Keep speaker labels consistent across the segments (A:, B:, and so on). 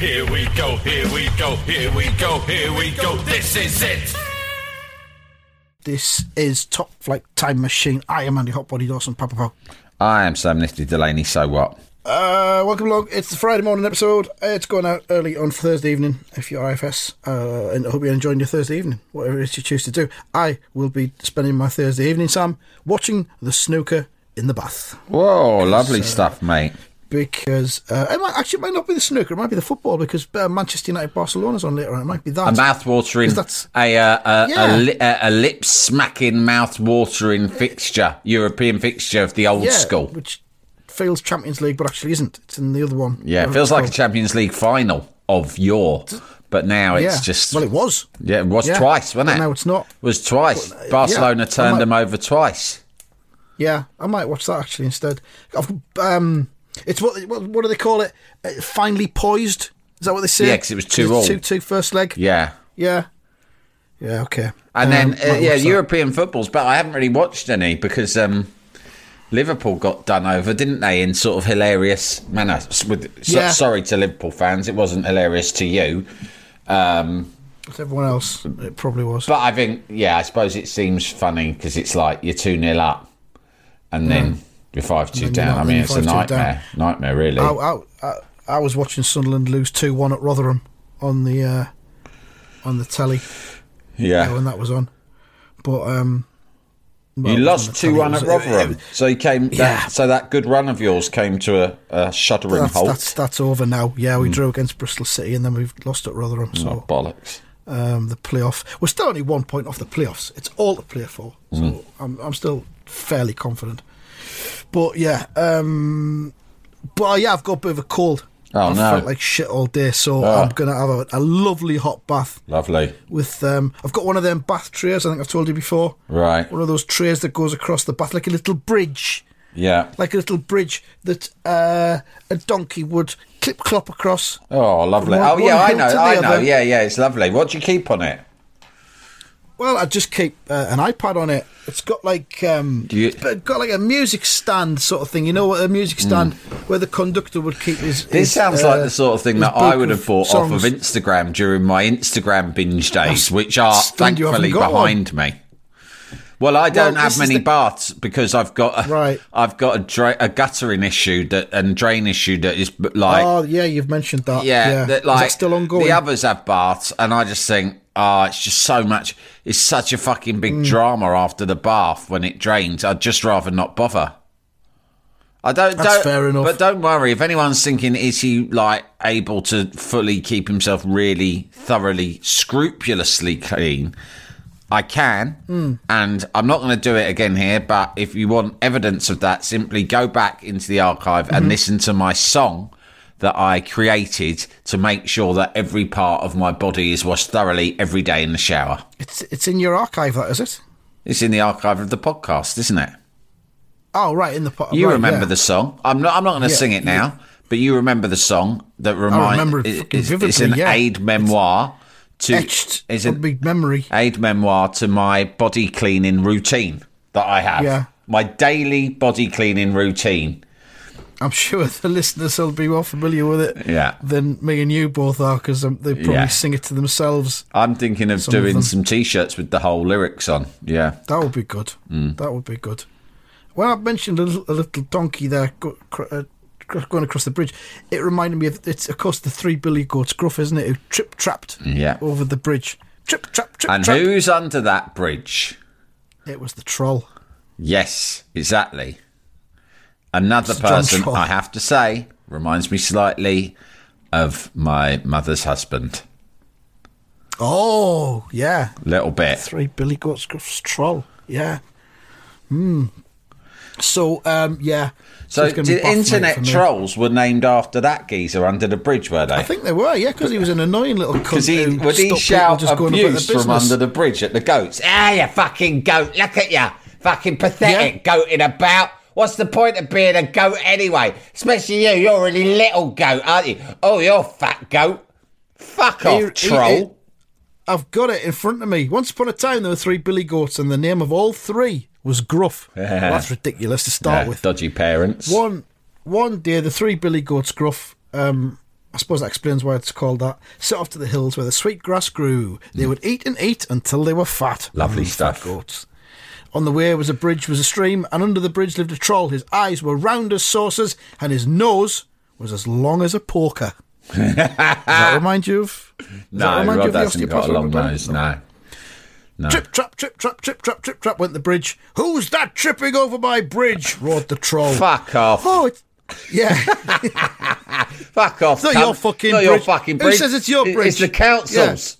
A: Here we go, here we go, here we go, here we go, this is it!
B: This is Top Flight Time Machine. I am Andy Hotbody Dawson, Papa Pop.
C: I am Sam Nifty Delaney, so what?
B: Uh, welcome along. It's the Friday morning episode. It's going out early on Thursday evening if you're IFS, uh, and I hope you're enjoying your Thursday evening, whatever it is you choose to do. I will be spending my Thursday evening, Sam, watching the snooker in the bath
C: Whoa, lovely stuff, mate.
B: because uh, it might, actually it might not be the snooker, it might be the football because uh, Manchester United Barcelona's on later on. It might be that.
C: A mouth-watering,
B: 'Cause that's-
C: a, uh, a,
B: Yeah.
C: a, li- a, a lip-smacking, mouth-watering fixture, European fixture of the old
B: yeah,
C: school.
B: which feels Champions League, but actually isn't. It's in the other one.
C: Yeah, it
B: Whatever
C: feels
B: it's
C: like a
B: called.
C: Champions League final of yore, but now it's
B: Yeah.
C: just
B: well, it was.
C: yeah, it was
B: Yeah.
C: twice, wasn't
B: But
C: it?
B: now it's not.
C: was twice.
B: Well, uh, yeah.
C: Barcelona turned
B: I might-
C: them over twice.
B: Yeah, I might watch that actually instead. I've, um, it's what, what what do they call it? Uh, finally poised. Is that what they say?
C: Yeah, 'cause it was two all.
B: Two two first leg.
C: Yeah.
B: yeah, yeah. Okay.
C: And
B: Um,
C: then, uh,
B: might
C: yeah,
B: watch that.
C: European footballs, but I haven't really watched any because um, Liverpool got done over, didn't they, in sort of hilarious manner. S- With, so,
B: Yeah.
C: Sorry to Liverpool fans, it wasn't hilarious to you. Um,
B: With everyone else, it probably was.
C: but I think, yeah, I suppose it seems funny because it's like you're 2 0 up and then you're 5 2
B: And Hmm. then you're
C: down.
B: not-
C: I
B: then
C: mean,
B: you're
C: it's a
B: 5-2 down.
C: nightmare. Nightmare, really.
B: I, I, I, I was watching Sunderland lose two one at Rotherham on the uh, on the telly
C: yeah.
B: when that was on, but um, well,
C: you
B: it was
C: lost
B: on the
C: two
B: telly,
C: one
B: it
C: at
B: was- it-
C: Rotherham,
B: it-
C: so you came. That,
B: Yeah.
C: So that good run of yours came to a, a shuddering
B: That's,
C: halt.
B: that's that's over now. Yeah,
C: Hmm.
B: we drew against Bristol City and then we've lost at Rotherham. So
C: Oh, bollocks.
B: um, the playoff. We're still only one point off the playoffs. It's all to play for. So
C: Mm.
B: I'm, I'm still fairly confident. But yeah, um, but uh, yeah, I've got a bit of a cold.
C: Oh,
B: I've
C: no. Ah.
B: felt like shit all day, so I'm gonna have a, a lovely hot bath
C: Lovely.
B: with. Um, I've got one of them bath trays. I think I've told you before.
C: Right.
B: One of those trays that goes across the bath like a little bridge,
C: Yeah.
B: like a little bridge that uh, a donkey would clip clop across.
C: Oh, lovely.
B: From
C: Oh,
B: one-
C: yeah,
B: one
C: I
B: hill
C: know.
B: to the
C: I know.
B: other.
C: Yeah, yeah, it's lovely. What do you keep on it?
B: Well, I just keep uh, an iPad on it. It's got like um,
C: you-
B: it's got like a music stand sort of thing. You know what a music stand where the conductor would keep his.
C: Hmm. This
B: his,
C: sounds
B: uh,
C: like the sort of thing
B: his
C: that I
B: book
C: would have bought off
B: songs.
C: of Instagram during my Instagram binge days, which are
B: stunned you haven't
C: thankfully
B: got
C: behind me. Well, I
B: Well,
C: don't
B: this
C: have
B: is
C: many
B: the-
C: baths because I've got a,
B: Right.
C: I've got a, dra- a guttering issue that and drain issue that is b- like
B: Oh yeah, you've mentioned that.
C: yeah, That, like
B: Is that still ongoing.
C: The others have baths, and I just think, ah, it's just so much. It's such a fucking
B: Hmm.
C: big drama after the bath when it drains. I'd just rather not bother. I don't.
B: That's
C: don't,
B: fair enough.
C: But don't worry if anyone's thinking, is he like able to fully keep himself really thoroughly, scrupulously clean? I can,
B: Hmm.
C: and I'm not going to do it again here. But if you want evidence of that, simply go back into the archive
B: Mm-hmm.
C: and listen to my song that I created to make sure that every part of my body is washed thoroughly every day in the shower.
B: it's it's in your archive, that is it?
C: It's in the archive of the podcast, isn't it?
B: Oh right, in the pot.
C: You
B: right,
C: remember
B: yeah.
C: the song? I'm not. I'm not going to
B: Yeah,
C: sing it
B: yeah.
C: now. But you remember the song that reminds.
B: remember it fucking
C: it's, it's
B: vividly,
C: an
B: yeah.
C: aid memoir to.
B: etched
C: It's
B: a
C: an
B: big memory.
C: aid memoir to my body cleaning routine that I have.
B: Yeah.
C: My daily body cleaning routine.
B: I'm sure the listeners will be more familiar with it
C: Yeah.
B: than me and you both are because um, they probably
C: Yeah.
B: sing it to themselves.
C: I'm thinking of
B: of
C: doing
B: them.
C: some t-shirts with the whole lyrics on. Yeah.
B: That would be good.
C: Mm.
B: That would be good. When I mentioned a little, a little donkey there go, cr- uh, cr- going across the bridge, it reminded me of it's of course the three billy goats gruff, isn't it? Who trip trapped
C: Yeah.
B: over the bridge. Trip trap trip
C: And
B: trap.
C: who's under that bridge?
B: It was the troll.
C: Yes, exactly. Another
B: It's John
C: person
B: Troll.
C: I have to say reminds me slightly of my mother's husband.
B: Oh yeah,
C: Little bit.
B: three billy goats gruff's troll. Yeah, Hmm. So um, yeah.
C: So,
B: it's gonna be
C: did
B: Bath, mate, for
C: internet
B: me.
C: trolls were named after that geezer under the bridge, were they?
B: I think they were, yeah, because he was an annoying little cunt.
C: Because he
B: who stopped
C: would he
B: people
C: shout
B: just going about their
C: abuse from
B: business.
C: under the bridge at the goats. Ah, you fucking goat! Look at you, fucking pathetic goating about. What's the point of being a goat anyway? Especially you, you're a really little goat, aren't you? Oh, you're a fat goat. Fuck off,
B: He- he-
C: troll.
B: he- I've got it in front of me. Once upon a time, there were three billy goats, and the name of all three was Gruff. Well, that's ridiculous to start
C: Yeah,
B: with.
C: dodgy parents.
B: One one day, the three billy goats, Gruff, um, I suppose that explains why it's called that, set off to the hills where the sweet grass grew. They would eat and eat until they were fat.
C: Mm. Lovely
B: Mm,
C: stuff.
B: Fat goats. On the way was a bridge, was a stream, and under the bridge lived a troll. His eyes were round as saucers, and his nose was as long as a poker. Does that remind you of? does that
C: No,
B: remind you
C: Rod
B: of the
C: hasn't got a
B: osteopathic
C: long
B: problem?
C: nose. No.
B: Trip, trap, trip, trap, trip, trap, trip, trap went the bridge. Who's that tripping over my bridge? roared the troll.
C: Fuck off.
B: Oh, it's. Yeah.
C: Fuck off.
B: It's not
C: cunt.
B: your fucking
C: not your
B: bridge.
C: fucking
B: Who
C: bridge.
B: says it's your
C: It-
B: bridge?
C: It's the council's.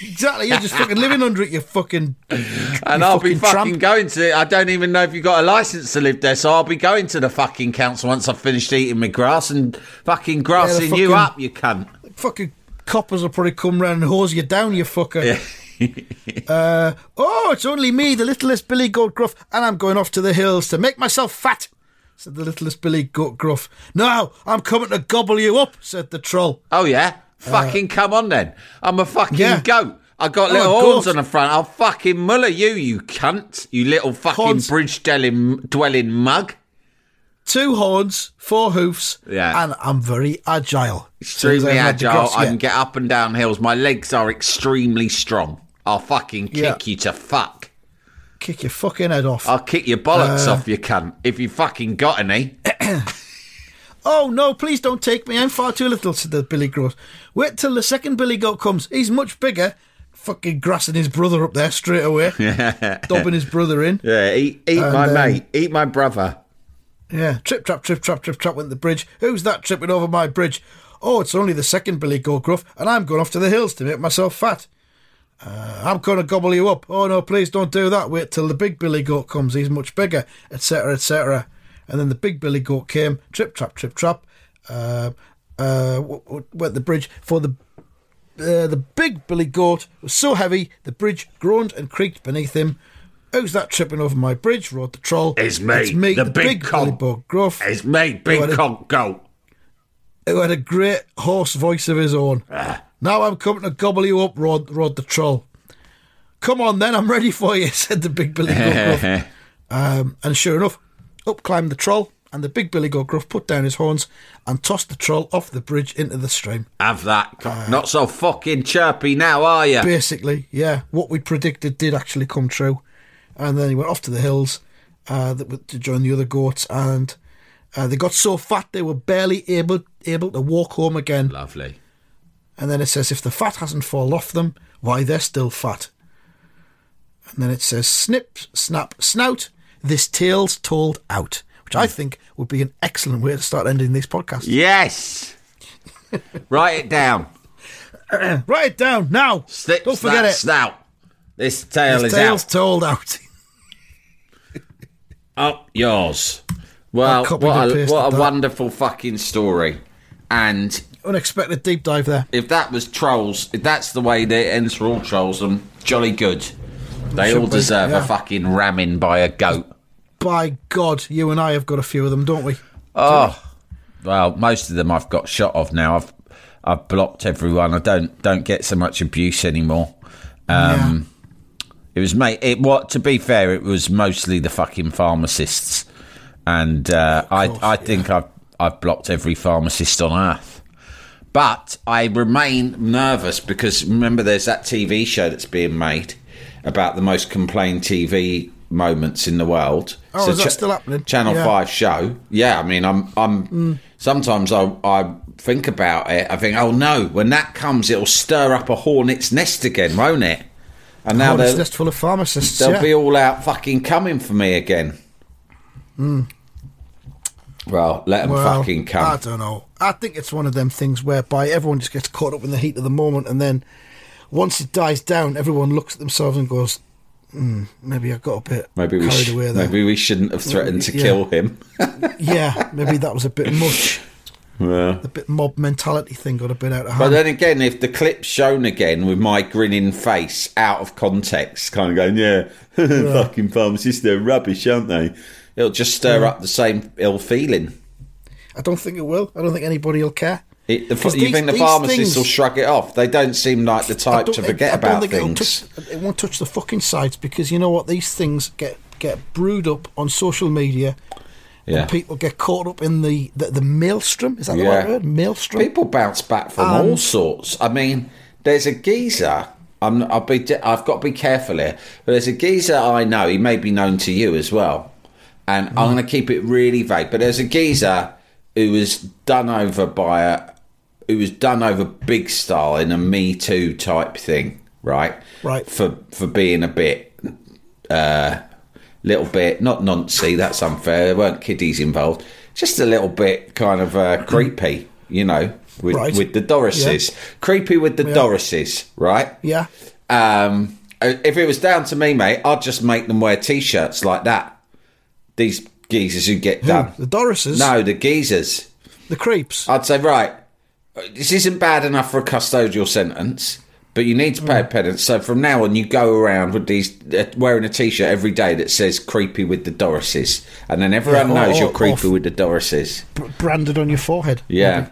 B: Exactly, you're just fucking living under it, you fucking.
C: And
B: You
C: I'll be
B: fucking
C: fucking
B: tramp.
C: going to it. I don't even know if you've got a license to live there, so I'll be going to the fucking council once I've finished eating my grass and fucking grassing you
B: fucking-
C: up, you cunt.
B: Fucking coppers will probably come round and hose you down, you fucker. uh, oh, it's only me, the littlest Billy Goat Gruff, and I'm going off to the hills to make myself fat, said the littlest Billy Goat Gruff. Now, I'm coming to gobble you up, said the troll.
C: Oh yeah? Fucking come on then. I'm a fucking
B: Uh, yeah. Oh,
C: goat. I got
B: I'm a
C: little horns
B: goat.
C: on the front. I'll fucking muller you, you cunt. You little fucking
B: Horns.
C: bridge dwelling, dwelling mug.
B: Two horns, four hoofs,
C: Yeah.
B: and I'm very agile.
C: Extremely
B: Says I've had the
C: agile.
B: Gruffs
C: I
B: yet.
C: can get up and down hills. My legs are extremely strong. I'll fucking kick
B: Yeah.
C: you to fuck.
B: Kick your fucking head off.
C: I'll kick your
B: Uh.
C: bollocks off, you cunt. If you fucking got any.
B: Oh no, please don't take me. I'm far too little, said the Billy Goat. Wait till the second Billy Goat comes. He's much bigger. Fucking grassing his brother up there straight away. Dobbing his brother in.
C: Yeah, eat, eat my mate, eat my brother.
B: Yeah. Trip, trap, trip, trap, trip, trap went the bridge. Who's that tripping over my bridge? Oh, it's only the second Billy Goat Gruff, and I'm going off to the hills to make myself fat. Uh, I'm going to gobble you up. Oh no, please don't do that. Wait till the big Billy Goat comes. He's much bigger, etc., etc. And then the big Billy Goat came. Trip, trap, trip, trap. Uh, uh, w- w- went the bridge for the. Uh, the big Billy Goat was so heavy the bridge groaned and creaked beneath him. Who's that tripping over my bridge? roared the troll.
C: It's me,
B: It's me,
C: the
B: the,
C: big
B: big, Billy
C: con-
B: Goat Gruff
C: It's me,
B: What
C: big
B: a-
C: cock goat.
B: who had a great hoarse voice of his own. Now I'm coming to gobble you up, roared, roared the troll. Come on then, I'm ready for you, said the big Billy Goat Gruff. Um, and sure enough, up climbed the troll, and the big Billy Goat Gruff put down his horns and tossed the troll off the bridge into the stream.
C: Have that. co- Not so fucking chirpy now, are you?
B: Basically, yeah, what we predicted did actually come true. And then he went off to the hills uh, that were- to join the other goats, and uh, they got so fat they were barely able able to walk home again.
C: Lovely.
B: And then it says, if the fat hasn't fallen off them, why they're still fat. And then it says, snip, snap, snout, this tale's told out, which
C: Hmm.
B: I think would be an excellent way to start ending these podcasts.
C: Yes. Write it down.
B: Write it down now.
C: Stick
B: Don't forget
C: that
B: it.
C: snout. This tail
B: This
C: is
B: tale's
C: out.
B: told out.
C: Up Oh, yours. Well,
B: I
C: what
B: copied and
C: a,
B: pasted
C: what a
B: that.
C: wonderful fucking story. And
B: Unexpected deep dive there.
C: if that was trolls, if that's the way they enter all trolls, I'm jolly good. They
B: Should
C: all
B: be,
C: deserve a
B: yeah.
C: fucking ramming by a goat.
B: By God, you and I have got a few of them, don't we?
C: Oh, well, most of them I've got shot of now. I've I've blocked everyone. I don't don't get so much abuse anymore. Um, It was mate. It what to be fair, it was mostly the fucking pharmacists, and uh, I I think I've I've blocked every pharmacist on earth. But I remain nervous because remember, there's that TV show that's being made about the most complained TV moments in the world.
B: Oh, is that still happening?
C: Channel
B: Yeah.
C: Five show. Yeah, I mean, I'm, I'm. Sometimes I, I think about it. I think, oh no, when that comes, it'll stir up a hornet's nest again, won't it? And now
B: Now
C: they'll,
B: this list full of pharmacists.
C: they'll
B: Yeah.
C: be all out fucking coming for me again. Well, let them
B: Hmm. Well,
C: fucking come.
B: I don't know. I think it's one of them things whereby everyone just gets caught up in the heat of the moment, and then once it dies down, everyone looks at themselves and goes, "Hmm, Maybe I got a bit
C: Maybe we,
B: carried
C: sh-
B: away there.
C: maybe we shouldn't have threatened to
B: Yeah.
C: kill him.
B: Yeah, maybe that was a bit much.
C: Yeah.
B: The bit mob mentality thing got a bit out of
C: But
B: hand.
C: then again, if the clip's shown again with my grinning face out of context, kind of going, yeah, fucking pharmacists, they're rubbish, aren't they? It'll just stir up the same ill feeling.
B: I don't think it will. I don't think anybody will care.
C: It, the,
B: 'Cause
C: you
B: these-
C: think the
B: these
C: pharmacists
B: things-
C: will shrug it off? They don't seem like the
B: I
C: type
B: don't-
C: to
B: I-
C: forget
B: I don't
C: about
B: think it'll
C: things.
B: touch- it won't touch the fucking sides because you know what? These things get get brewed up on social media.
C: Yeah.
B: And people get caught up in the the, the maelstrom. Is that the
C: Yeah.
B: right word? Maelstrom.
C: People bounce back from all sorts. I mean, there's a geezer. I'm, I'll be. I've got to be careful here. But there's a geezer I know. He may be known to you as well. And I'm going to keep it really vague. But there's a geezer who was done over by a, who was done over big style in a Me Too type thing, right?
B: Right.
C: For for being a bit little bit not nancy that's unfair there weren't kiddies involved just a little bit kind of uh, creepy you know with,
B: Right.
C: with the dorises creepy with the dorises right
B: Yeah.
C: um if it was down to me mate i'd just make them wear t-shirts like that these geezers who get done
B: The Dorises.
C: no the geezers
B: The creeps.
C: I'd say, right, this isn't bad enough for a custodial sentence, but you need to
B: Mm.
C: pay a penance. So from now on, you go around with these uh, wearing a T-shirt every day that says "creepy with the Dorises," and then everyone
B: Yeah, or-
C: knows
B: or-
C: you're creepy
B: or-
C: with the Dorises.
B: b- branded on your forehead.
C: Yeah.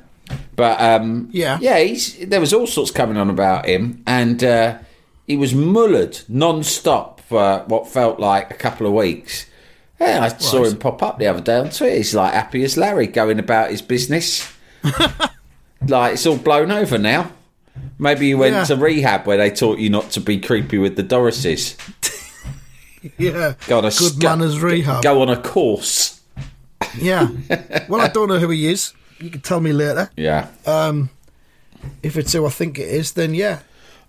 C: But um,
B: Yeah.
C: yeah, he's, there was all sorts coming on about him, and uh, he was mullered non-stop for what felt like a couple of weeks. Yeah, I saw him pop up the other day on Twitter. He's like happy as Larry, going about his business. like it's all blown over now. Maybe you went
B: Yeah.
C: to rehab where they taught you not to be creepy with the Dorises.
B: Yeah.
C: Got a
B: Good manners rehab.
C: Go on a course.
B: Yeah. well, I don't know who he is. You can tell me later.
C: Yeah.
B: If it's who I think it is, then yeah.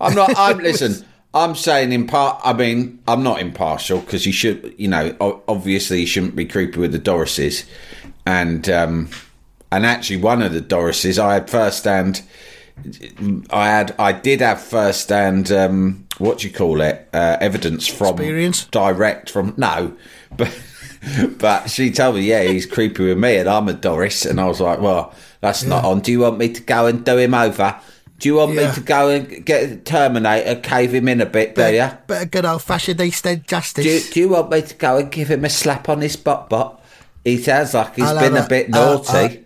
C: I'm not. I'm listen. I'm saying impart. I mean, I'm not impartial because you should. You know, o- obviously, you shouldn't be creepy with the Dorises, and um, and actually, one of the Dorises, I had first hand. I had. I did have first hand. Um, what do you call it? Uh, evidence from
B: Experience?
C: direct from no, but. But she told me, yeah, he's creepy with me, and I'm a Doris. And I was like, well, that's not on. Do you want me to go and do him over? Do you want
B: Yeah.
C: me to go and get a Terminator, cave him in a bit, do you?
B: Better good old fashioned Eastern justice.
C: Do, you- do you want me to go and give him a slap on his butt butt? He sounds like he's
B: I'll
C: been
B: have
C: a bit
B: I'll-
C: naughty.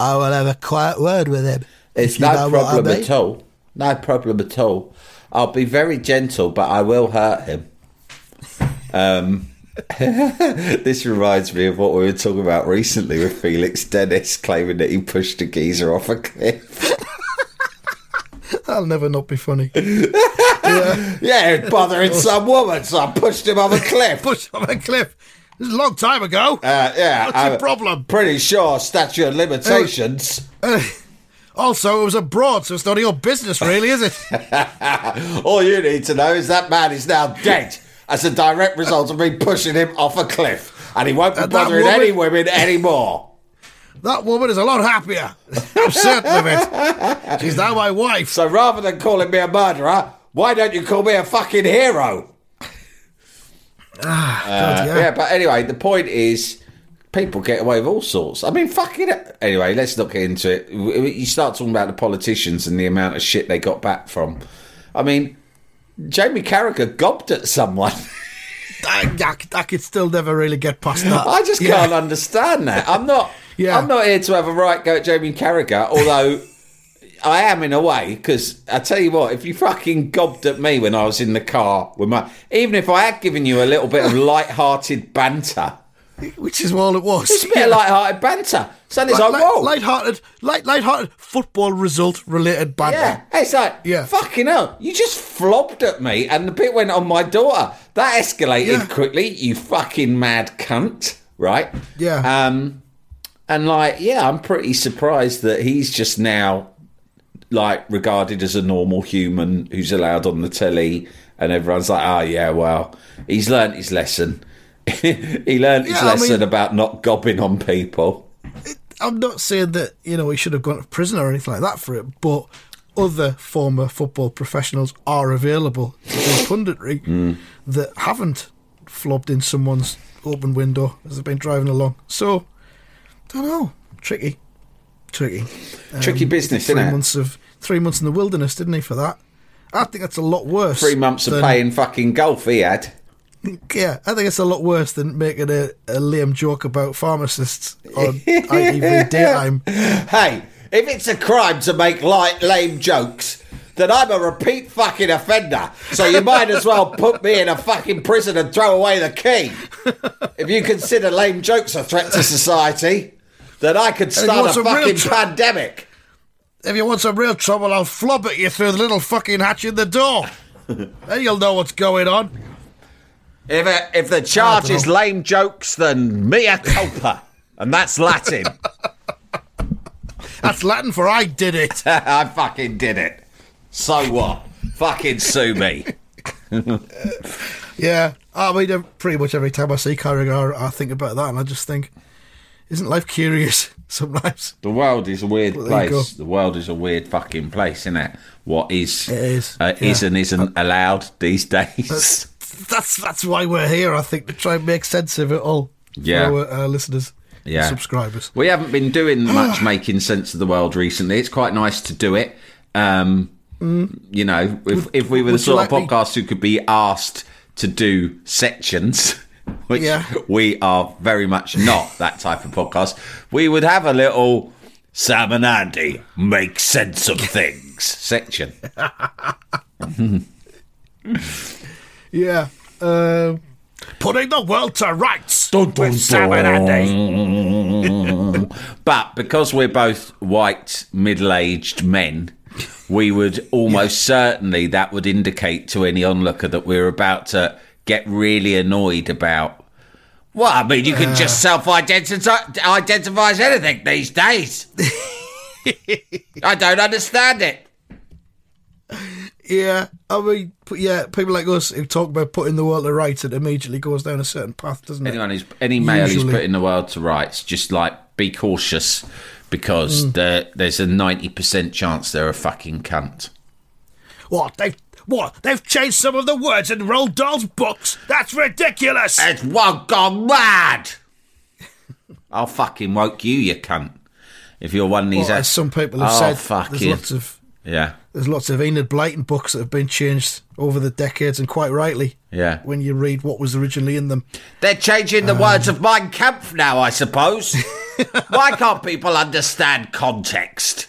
B: I'll- I will have a quiet word with him.
C: it's
B: if you
C: no
B: know what I
C: problem
B: mean.
C: at all. No problem at all. I'll be very gentle, but I will hurt him. Um, this reminds me of what we were talking about recently with Felix Dennis claiming that he pushed a geezer off a cliff.
B: That'll never not be funny.
C: Yeah, it bothering some woman, so I pushed him off a cliff.
B: Push off a cliff. This is a long time ago.
C: Uh, yeah,
B: What's your problem?
C: Pretty sure statute of limitations.
B: also, it was abroad, so it's none of your business, really, is it?
C: All you need to know is that man is now dead as a direct result of me pushing him off a cliff, and he won't be
B: And Uh, that
C: bothering any
B: woman-
C: women anymore.
B: that woman is a lot happier. I'm certain of it. She's now my wife.
C: So rather than calling me a murderer, why don't you call me a fucking hero?
B: God,
C: Yeah, but anyway, the point is, people get away with all sorts. I mean, fucking. Anyway, let's not get into it. W- w- You start talking about the politicians and the amount of shit they got back from. I mean, Jamie Carragher gobbed at someone.
B: I, I, I could still never really get past that.
C: I just
B: Yeah.
C: can't understand that. I'm not.
B: Yeah.
C: I'm not here to have a right go at Jamie Carragher, although. I am in a way because I tell you what, if you fucking gobbed at me when I was in the car with my, even if I had given you a little bit of light-hearted banter,
B: Which is all it was.
C: It's a bit of light-hearted banter. Son, it's
B: Like-
C: like,
B: like-
C: whoa.
B: light-hearted, light, light-hearted football result-related banter.
C: yeah. It's like,
B: Yeah.
C: fucking hell. You just flopped at me and the bit went on my daughter. That escalated
B: Yeah.
C: quickly, you fucking mad cunt. Right?
B: Yeah.
C: Um, and like, yeah, I'm pretty surprised that he's just now like regarded as a normal human who's allowed on the telly and everyone's like, oh yeah, well, he's learnt his lesson. he learnt his
B: Yeah, I
C: lesson
B: mean-
C: about not gobbing on people.
B: I'm not saying that you know he should have gone to prison or anything like that for it, but other former football professionals are available to do punditry
C: Hmm.
B: that haven't flobbed in someone's open window as they've been driving along. So, don't know. Tricky, tricky.
C: Tricky business,
B: Um, Three
C: isn't it?
B: months of three months in the wilderness, didn't he? For that, I think that's a lot worse.
C: Three months of
B: than-
C: playing fucking golf he had.
B: yeah, I think it's a lot worse than making a, a lame joke about pharmacists on ITV daytime.
C: Hey, if it's a crime to make light, lame jokes, then I'm a repeat fucking offender. So you might as well put me in a fucking prison and throw away the key. If you consider lame jokes a threat to society, then I could start a
B: what's a real
C: fucking
B: tr-
C: pandemic.
B: If you want some real trouble, I'll flob at you through the little fucking hatch in the door. then you'll know what's going on.
C: If, it, if the charge is lame jokes, then mea culpa. And that's Latin.
B: That's Latin for I did it.
C: I fucking did it. So what? fucking sue me.
B: Yeah, I mean, uh, pretty much every time I see Carragher, I think about that, and I just think, isn't life curious sometimes?
C: The world is a weird
B: there you
C: place. The world is a weird fucking place, isn't it? What is,
B: It is,
C: Uh,
B: yeah. uh,
C: is and isn't allowed these days.
B: That's that's why we're here, I think, to try and make sense of it all.
C: Yeah.
B: for our uh, listeners, and
C: Yeah.
B: subscribers.
C: We haven't been doing much making sense of the world recently. It's quite nice to do it. Um, You know, if, if we
B: Mm. would
C: were the
B: you
C: sort of
B: like me-
C: podcast who could be asked to do sections, which
B: Yeah.
C: we are very much not that type of podcast, we would have a little Sam and Andy make sense of things section.
B: Yeah, um, putting the world to rights with Sam and Andy.
C: But because we're both white, middle aged men, we would almost certainly that would indicate to any onlooker that we're about to get really annoyed about. Well, I mean, you can just self identify as anything these days. I don't understand it.
B: Yeah, I mean, p- yeah, people like us who talk about putting the world to rights, it immediately goes down a certain path, doesn't it?
C: Anyone who's any male who's
B: Usually.
C: putting the world to rights, just like be cautious
B: Mm.
C: because there, there's a ninety percent chance they're a fucking cunt.
B: What they what they've changed some of the words in Roald Dahl's books? That's ridiculous.
C: It's one gone mad. I'll fucking woke you, you cunt. If you're one of these,
B: Well, as some people have
C: oh,
B: said,
C: fuck
B: there's
C: you.
B: lots of
C: yeah,
B: there's lots of Enid Blyton books that have been changed over the decades, and quite rightly.
C: Yeah.
B: When you read what was originally in them,
C: they're changing the
B: Uh.
C: words of Mein Kampf now. I suppose. Why can't people understand context?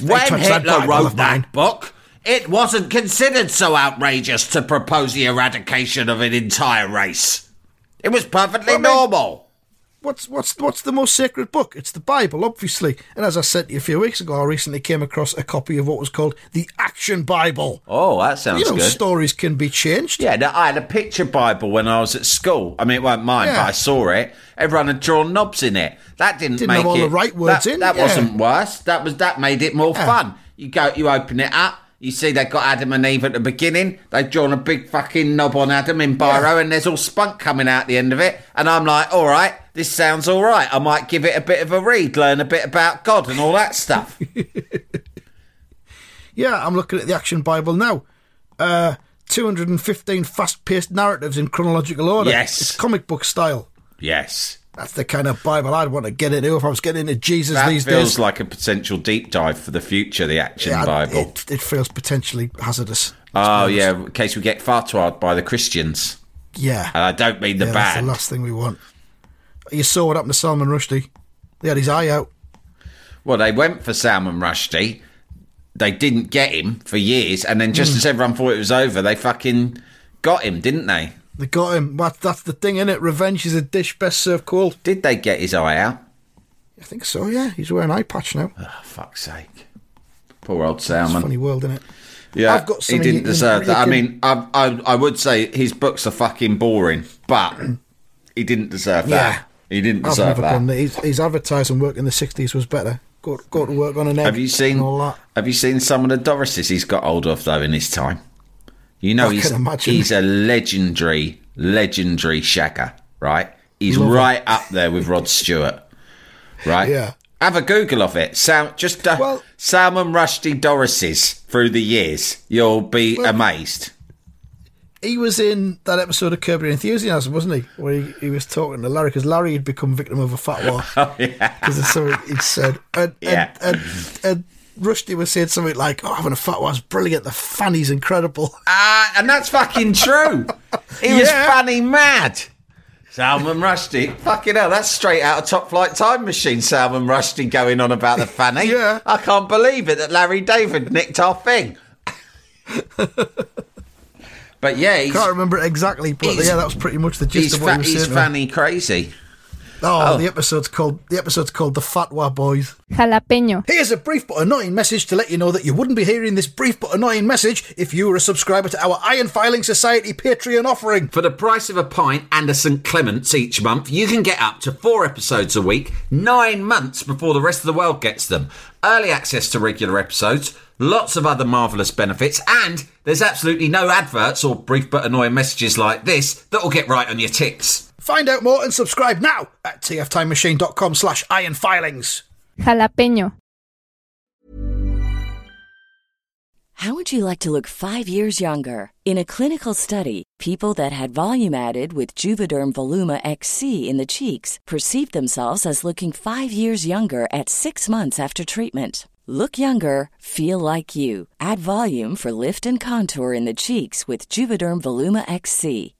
C: When
B: touch that
C: Hitler
B: Bible
C: wrote
B: of mine.
C: that book, it wasn't considered so outrageous to propose the eradication of an entire race. It was perfectly
B: I mean-
C: normal.
B: what's what's what's the most sacred book? It's the Bible, obviously. And as I said to you a few weeks ago, I recently came across a copy of what was called the Action Bible.
C: Oh, that sounds
B: you know, stories can be changed.
C: Yeah, no, I had a picture Bible when I was at school. I mean, it weren't mine,
B: Yeah.
C: but I saw it. Everyone had drawn knobs in it. That didn't,
B: Didn't
C: make
B: have all
C: it,
B: the right words
C: that,
B: in,
C: That
B: yeah.
C: wasn't worse. That was that made it more
B: Yeah.
C: fun. You go, you open it up. You see, they got Adam and Eve at the beginning. They've drawn a big fucking knob on Adam in biro, and there's all spunk coming out the end of it. And I'm like, all right, this sounds all right. I might give it a bit of a read, learn a bit about God and all that stuff.
B: Yeah, I'm looking at the Action Bible now. Uh, 215 fast-paced narratives in chronological order.
C: Yes.
B: it's comic book style.
C: yes,
B: That's the kind of Bible I'd want to get into if I was getting into Jesus
C: that
B: these
C: feels
B: days.
C: like a potential deep dive for the future. The Action
B: Yeah,
C: Bible.
B: It, it feels potentially hazardous.
C: Oh yeah, in case we get fatwaed by the Christians,
B: Yeah.
C: and I don't mean the
B: yeah, That's
C: band.
B: the last thing we want. You saw what happened to Salman Rushdie. He had his eye out.
C: Well, they went for Salman Rushdie. They didn't get him for years, and then
B: Hmm.
C: just as everyone thought it was over, they fucking got him, didn't they?
B: They got him. That, that's the thing, innit? Revenge is a dish best served cold.
C: Did they get his eye out?
B: I think so, yeah. He's wearing eye patch now.
C: Oh, fuck's sake! Poor old Salman.
B: Funny world, innit?
C: Yeah,
B: I've got
C: he
B: something
C: didn't
B: you can
C: deserve that. I
B: really
C: mean, I, I I would say his books are fucking boring, but he didn't deserve
B: Yeah.
C: that. He didn't
B: I've
C: deserve
B: never done
C: that.
B: that. His, his advertising work in the 60s was better. Go, go to work on an egg.
C: Have you
B: and
C: seen?
B: all that?
C: Have you seen some of the Dorises he's got hold of though in his time? You know,
B: I
C: he's
B: can imagine.
C: he's a legendary, legendary shagger, right? He's right up there with Rod Stewart, right?
B: Yeah.
C: Have a Google of it. Sal- just uh,
B: Well-
C: Salmon Rushdie Doris's through the years. You'll be amazed.
B: He was in that episode of Curb Your Enthusiasm, wasn't he? Where he, he was talking to Larry because Larry had become victim of a fatwa. Because of something he'd said. And,
C: Oh, Yeah.
B: and, and, and Rushdie was saying something like, oh, having a fatwa is brilliant. The fanny's incredible. Ah,
C: Uh, and that's fucking true. He was
B: Yeah.
C: funny mad. Salman Rushdie. Fucking hell, that's straight out of Top Flight Time Machine, Salman Rushdie going on about the fanny.
B: Yeah.
C: I can't believe it that Larry David nicked our thing. but yeah, he's,
B: Can't remember it exactly, but
C: He's-
B: yeah, that was pretty much the gist
C: he's,
B: of what
C: fa-
B: he was
C: he's
B: saying. to her.
C: fanny crazy.
B: Oh,
C: Oh.
B: the episode's called the episode's called the Fatwa Boys.
D: Jalapeño.
B: Here's a brief but annoying message to let you know that you wouldn't be hearing this brief but annoying message if you were a subscriber to our Iron Filing Society Patreon offering.
E: For the price of a pint and a St. Clement's each month, you can get up to four episodes a week, nine months before the rest of the world gets them. Early access to regular episodes, lots of other marvellous benefits, and there's absolutely no adverts or brief but annoying messages like this that'll get right on your tits.
B: Find out more and subscribe now at tftimemachine.com slash iron filings.
D: Jalapeño.
F: How would you like to look five years younger? In a clinical study, people that had volume added with Juvederm Voluma XC in the cheeks perceived themselves as looking five years younger at six months after treatment. Look younger, feel like you. Add volume for lift and contour in the cheeks with Juvederm Voluma XC.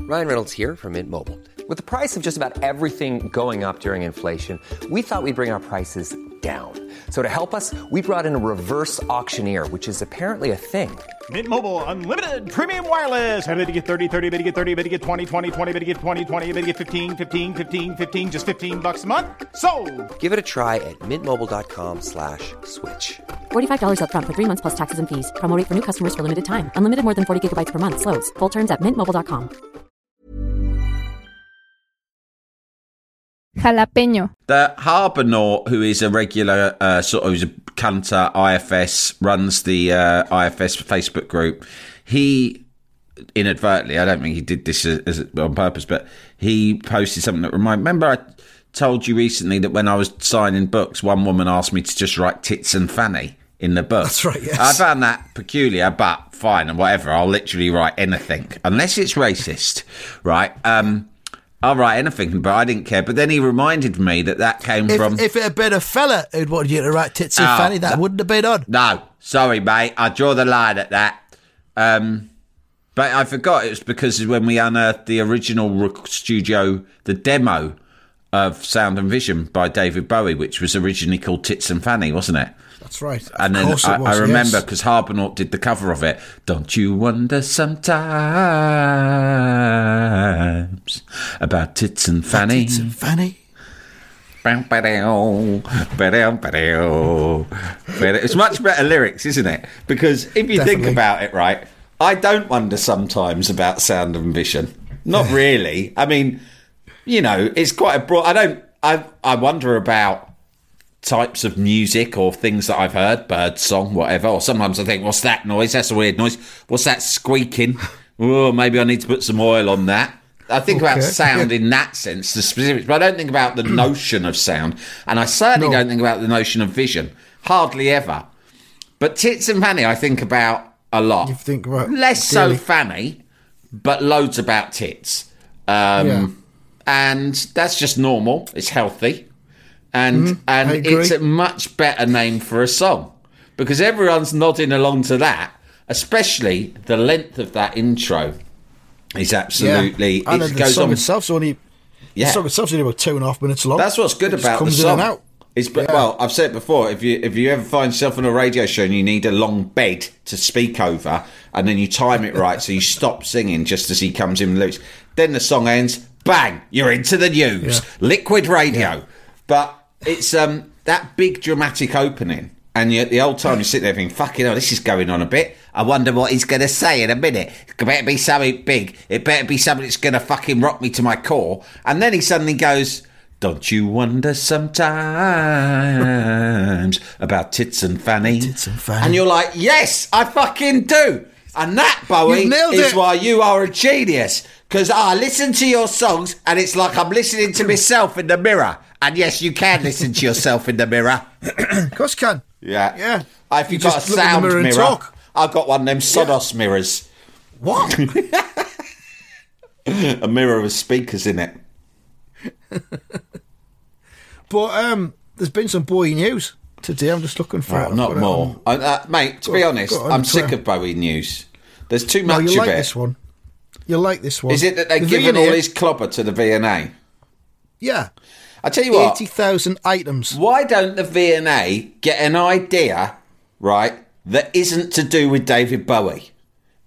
G: Ryan Reynolds here from Mint Mobile. With the price of just about everything going up during inflation, we thought we'd bring our prices down. So to help us, we brought in a reverse auctioneer, which is apparently a thing.
H: Mint Mobile unlimited premium wireless. Ready to get 30, 30, bit to get 30, bit to get 20, 20, 20, bit to get 20, 20, bit to get 15, 15, 15, 15 just 15 bucks a month. So,
G: Give it a try at mintmobile.com slash switch.
I: $45 up front for three months plus taxes and fees. Promo rate for new customers for limited time. Unlimited more than 40 gigabytes per month. Slows. Full terms at mintmobile.com.
D: Jalapeño.
C: The Harbonaut, who is a regular uh, sort of who's a cunter IFS, runs the uh, IFS Facebook group. He inadvertently, I don't think he did this as, as, on purpose, but he posted something that reminded. Remember, I told you recently that when I was signing books, one woman asked me to just write tits and fanny in the book.
B: That's right, yes.
C: I found that peculiar, but fine and whatever. I'll literally write anything unless it's racist, right? Um. I'll write anything, but I didn't care. But then he reminded me that that came
B: If,
C: from.
B: if it had been a fella who'd wanted you to write titsy
C: Oh,
B: fanny, that, wouldn't have been on.
C: no, sorry, mate. I draw the line at that. Um, but I forgot it was because when we unearthed the original rec- studio, the demo of Sound and Vision by David Bowie, which was originally called Tits and Fanny, wasn't it?
B: That's right. Of
C: And then
B: course
C: I,
B: it was,
C: I remember
B: yes.
C: because Harbonaut did the cover of it. Don't you wonder sometimes about tits and fanny?
B: Tits and fanny.
C: It's much better lyrics, isn't it? Because if you
B: Definitely.
C: think about it, right, I don't wonder sometimes about sound and vision. Not really. I mean, you know, it's quite a broad. I don't. I I wonder about types of music or things that I've heard, bird song, whatever. Or sometimes I think, what's that noise? That's a weird noise. What's that squeaking? Oh, maybe I need to put some oil on that. I think about
B: Okay.
C: sound in that sense, the specifics, but I don't think about the notion of sound, and I certainly
B: No.
C: don't think about the notion of vision. Hardly ever. But tits and fanny, I think about a lot.
B: You think about
C: less
B: daily.
C: so fanny, but loads about tits. Um,
B: Yeah.
C: and that's just normal. It's healthy, and and
B: Mm-hmm. I agree.
C: it's a much better name for a song because everyone's nodding along to that. Especially the length of that intro is absolutely
B: And then
C: it
B: the
C: goes
B: song
C: on.
B: itself's only
C: Yeah.
B: the song itself's only about two and a half minutes long.
C: That's what's good
B: It just
C: about the
B: comes in
C: song.
B: and out.
C: It's but well, I've said it before. If you if you ever find yourself on a radio show and you need a long bed to speak over, and then you time it right, so you stop singing just as he comes in and loops, then the song ends. Bang! You're into the news. Liquid radio, but it's um that big dramatic opening, and you, the old time you sit there thinking, "Fucking hell, this is going on a bit." I wonder what he's going to say in a minute. It better be something big. It better be something that's going to fucking rock me to my core. And then he suddenly goes. Don't you wonder sometimes about tits and fanny? Tits and fanny. And you're like, yes, I fucking do. And that, Bowie,
B: You've nailed
C: is
B: it.
C: why you are a genius. Because I listen to your songs and it's like I'm listening to myself in the mirror. And yes, you can listen to yourself in the mirror.
B: Of course, you can.
C: Yeah.
B: Yeah.
C: Uh, if you've
B: You
C: got a
B: just look in the
C: sound
B: mirror
C: mirror,
B: and talk.
C: I've got one of them Sonos mirrors.
B: What?
C: A mirror with speakers in it.
B: but um, there's been some Bowie news today. I'm just looking for
C: Oh,
B: it. I've
C: not
B: got it
C: more. Uh, uh, mate, to
B: Go
C: be
B: on,
C: honest,
B: go on,
C: I'm
B: Claire.
C: sick of Bowie news. There's too
B: on. No,
C: much
B: Oh, you
C: of
B: like
C: it.
B: this one. You like this one.
C: Is it that they've
B: The
C: given
B: V&A
C: all his clobber to the V&A?
B: Yeah.
C: I tell you what,
B: 80,000 items.
C: why don't the V&A get an idea, right, that isn't to do with David Bowie?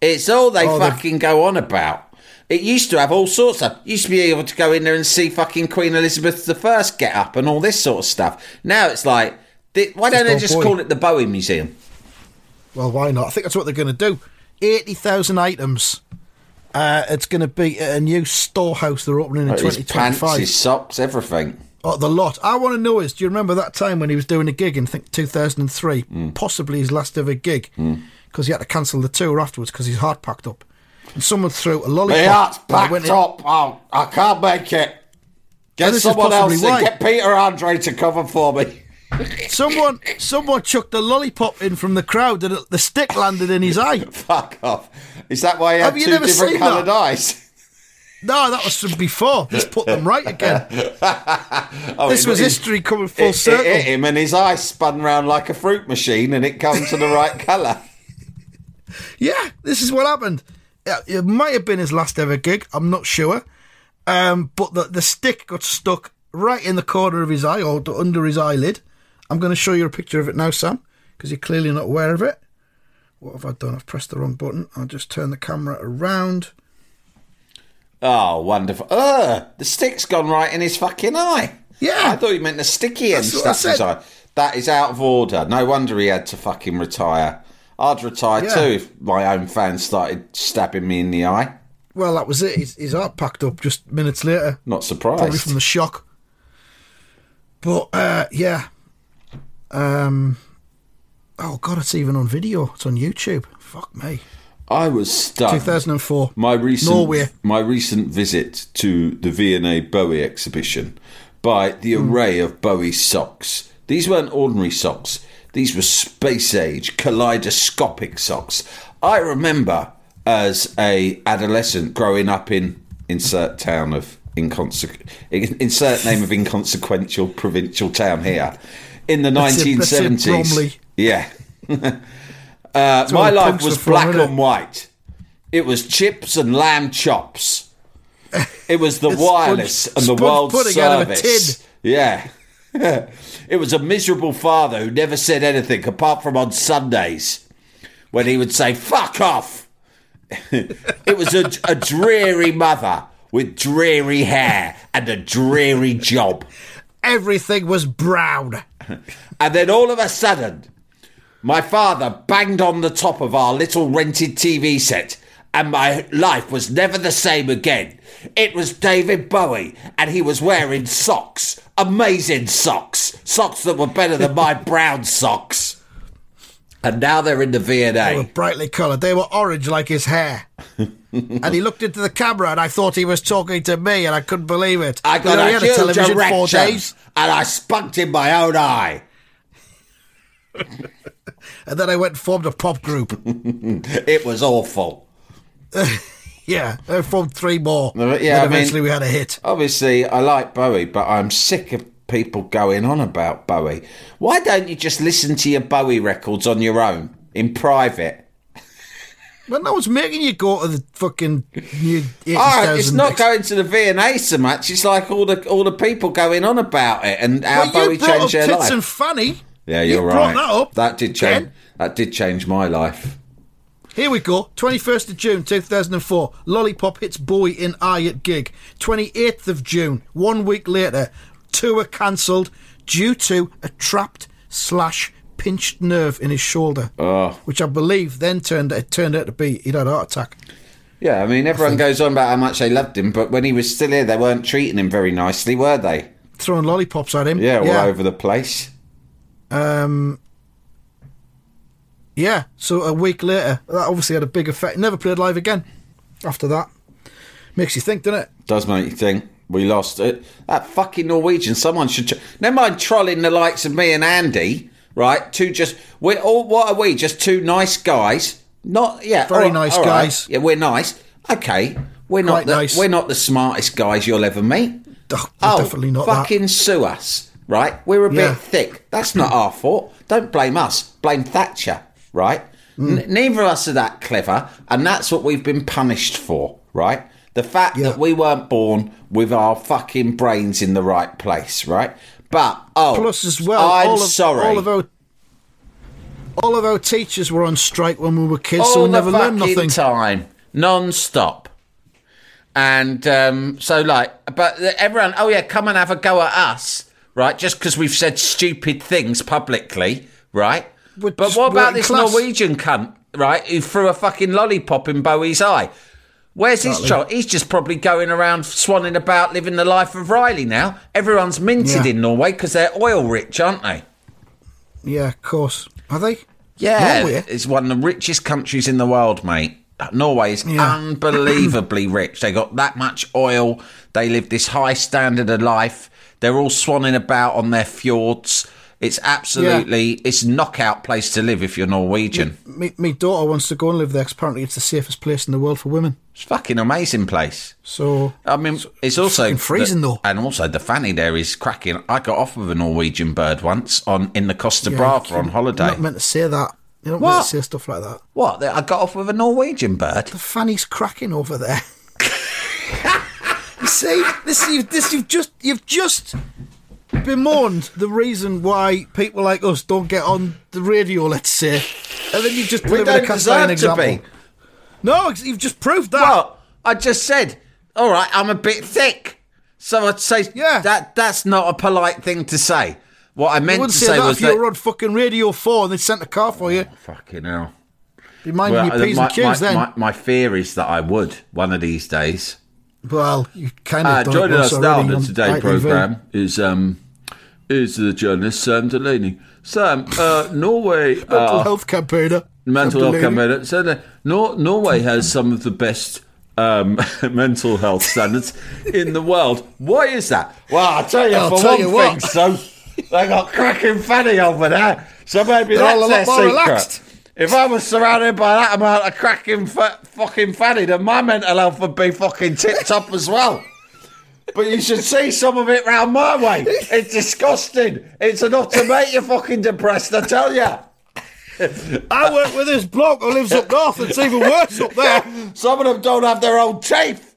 C: It's all they
B: Oh, the-
C: fucking go on about. It used to have all sorts of. Used to be able to go in there and see fucking Queen Elizabeth I get up and all this sort of stuff. Now it's like, thi- why don't they
B: Just
C: just
B: go Bowie.
C: call it the Bowie Museum?
B: Well, why not? I think that's what they're going to do. 80,000 items. Uh, it's going to be at a new storehouse they're opening in
C: His pants,
B: 2025.
C: his socks, everything.
B: Oh, the lot. I want to know is, do you remember that time when he was doing a gig in, I think, 2003?
C: Hmm.
B: Possibly his last ever gig. Because he had to cancel the tour afterwards because his heart packed up. And someone threw a lollipop.
C: My heart's
B: and I
C: packed
B: went in-
C: up. Oh, I can't make it. Get
B: And this is
C: someone
B: possibly
C: else. in.
B: why.
C: Get Peter Andre to cover for me.
B: Someone, someone chucked a lollipop in from the crowd and it- the stick landed in his eye.
C: Fuck off. Is that why he had
B: Have you
C: two
B: never
C: different
B: seen that?
C: coloured eyes?
B: No, that was from before. Let's put them right again.
C: Oh,
B: This
C: it-
B: was
C: it-
B: history coming
C: It,
B: full
C: it
B: circle.
C: hit him and his eye spun round like a fruit machine and it come to the right colour.
B: Yeah, this is what happened. Yeah, It might have been his last ever gig. I'm not sure. Um, but the, the stick got stuck right in the corner of his eye or d- under his eyelid. I'm going to show you a picture of it now, Sam, because you're clearly not aware of it. What have I done? I've pressed the wrong button. I'll just turn the camera around.
C: Oh, wonderful. Ugh, the stick's gone right in his fucking eye.
B: Yeah.
C: I thought you meant the sticky end
B: That's what I
C: stuff in his
B: said.
C: eye. That is out of order. No wonder he had to fucking retire. I'd retire
B: Yeah.
C: too if my own fans started stabbing me in the eye.
B: Well, that was it. His, his heart packed up just minutes later,
C: Not
B: probably
C: surprised.
B: from the shock. But uh, yeah, um, oh god, it's even on video. It's on YouTube. Fuck me.
C: I was stunned.
B: 2004.
C: Uh, My recent
B: Norway.
C: my recent visit to the V&A Bowie exhibition by the
B: Hmm.
C: array of Bowie socks. These weren't ordinary socks. These were space age kaleidoscopic socks. I remember as a adolescent growing up in insert town of inconsequ- insert name of inconsequential provincial town here in the
B: That's it, that's it,
C: 1970s.
B: Bromley.
C: Yeah. Uh, my
B: where the
C: life
B: punks
C: was
B: were from,
C: black
B: innit?
C: and white. It was chips and lamb chops. It was the
B: It's
C: wireless
B: sponge-
C: and the
B: sponge
C: world
B: pudding out of a
C: service. Yeah. it was a miserable father who never said anything apart from on Sundays when he would say, fuck off. it was a, a dreary mother with dreary hair and a dreary job.
B: Everything was brown.
C: And then all of a sudden, my father banged on the top of our little rented TV set, and my life was never the same again. It was David Bowie, and he was wearing socks. Amazing socks. Socks that were better than my brown socks. And now they're in the
B: They were
C: V&A.
B: brightly coloured. They were orange like his hair. and he looked into the camera and I thought he was talking to me and I couldn't believe it.
C: I
B: You know,
C: got
B: he
C: a
B: had
C: huge
B: television four days
C: erection, and I spunked in my own eye.
B: and then I went and formed a pop group.
C: It was awful.
B: yeah, I formed three more.
C: No, but
B: And
C: yeah,
B: then
C: I mean-
B: eventually we had a hit.
C: Obviously, I like Bowie, but I'm sick of people going on about Bowie. Why don't you just listen to your Bowie records on your own in private?
B: When I was making you go to the fucking new
C: Oh,
B: 80,000
C: it's not going to the V&A so much. It's like all the all the people going on about it and how
B: Well,
C: Bowie
B: you brought up
C: changed their
B: tits
C: life.
B: and fanny.
C: yeah, you're
B: you
C: right.
B: brought that up,
C: That did change.
B: Ken.
C: That did change my life.
B: Here we go. 21st of June 2004. Lollipop hits Bowie in Eye at gig. 28th of June. One week later, tour cancelled due to a trapped slash pinched nerve in his shoulder,
C: Oh,
B: which I believe then turned it turned out to be he'd had a heart attack.
C: yeah. I mean, everyone goes on about how much they loved him, but when he was still here, they weren't treating him very nicely, were they?
B: Throwing lollipops at him.
C: Yeah, all over the place.
B: Um, yeah, so a week later, that obviously had a big effect. Never played live again after that. Makes you think, doesn't it?
C: Does make you think we lost it. That fucking Norwegian. Someone should. Tr- Never mind trolling the likes of me and Andy. Right? Two just. We're all. What are we? Just two nice guys. Not yeah.
B: Very
C: all-
B: nice
C: all right.
B: guys.
C: Yeah, we're nice. Okay. We're not.
B: Quite
C: The,
B: nice.
C: We're not the smartest guys you'll ever meet.
B: Oh, definitely not that.
C: Fucking sue us. Right? We're a
B: Yeah.
C: bit thick. That's not our fault. Don't blame us. Blame Thatcher. Right?
B: Hmm.
C: N- neither of us are that clever, and that's what we've been punished for. Right? The fact that we weren't born with our fucking brains in the right place. Right? But oh,
B: Plus, as well,
C: I'm
B: all of,
C: sorry.
B: All of our all of our teachers were on strike when we were kids,
C: all
B: so we
C: the
B: never learned
C: fucking
B: nothing.
C: time, non-stop. And um, so, like, but everyone, oh yeah, come and have a go at us, right? Just because we've said stupid things publicly, right?
B: We're
C: but
B: just-
C: what
B: we're
C: about
B: in
C: this
B: class.
C: Norwegian cunt, right? Who threw a fucking lollipop in Bowie's eye? Where's his job? He's just probably going around swanning about, living the life of Riley now. Everyone's minted
B: Yeah.
C: in Norway because they're oil rich, aren't they?
B: Yeah, of course. Are they?
C: Yeah,
B: Norway?
C: it's one of the richest countries in the world, mate. Norway is
B: Yeah.
C: unbelievably rich. They got that much oil. They live this high standard of life. They're all swanning about on their fjords. It's absolutely it's knockout place to live if you're Norwegian.
B: Me, me daughter wants to go and live there. 'cause apparently, it's the safest place in the world for women.
C: It's a fucking amazing place.
B: So
C: I mean, it's also
B: fucking freezing,
C: the-
B: though.
C: and also the fanny there is cracking. I got off with a Norwegian bird once on in the Costa
B: yeah,
C: Brava on
B: you're
C: holiday.
B: Not meant to say that. You're not
C: What?
B: meant to say stuff like that.
C: what? I got off with a Norwegian bird.
B: The fanny's cracking over there. you see, this you've, this you've just you've just bemoaned the reason why people like us don't get on the radio. Let's say, and then you've just
C: We
B: delivered
C: don't
B: a cast iron
C: deserve to
B: example.
C: be.
B: No, ex- you've just proved that.
C: Well, I just said, all right, I'm a bit thick. So I'd say
B: Yeah.
C: that that's not a polite thing to say. What I
B: you
C: meant
B: wouldn't
C: to
B: say,
C: say
B: that
C: was
B: if you were on fucking Radio Four and they sent a car for you.
C: fucking hell.
B: Be minding
C: Well, uh,
B: your p's
C: my,
B: and q's
C: my-
B: then.
C: my- my fear is that I would one of these days.
B: well, you kind of
C: Uh,
B: done it
C: joining
B: once
C: us now
B: already
C: on the
B: on
C: Today
B: ITV.
C: programme is um is the journalist Sam Delaney. Sam, uh, Norway
B: Mental
C: uh,
B: health campaigner.
C: mental health
B: Unbelievable.
C: campaign. So the- Nor- Norway has some of the best um, mental health standards in the world. Why is that? Well, I tell you,
B: I'll
C: for
B: tell
C: one
B: you
C: thing,
B: what.
C: so they got cracking fanny over there. So maybe
B: They're
C: that's
B: all a
C: their
B: lot more
C: secret.
B: relaxed.
C: If I was surrounded by that amount of cracking fa- fucking fanny, then my mental health would be fucking tipped up as well. But you should see some of it round my way. It's disgusting. It's enough to make you fucking depressed, I tell you.
B: I work with this bloke who lives up north. It's even worse up there.
C: Some of them don't have their own teeth.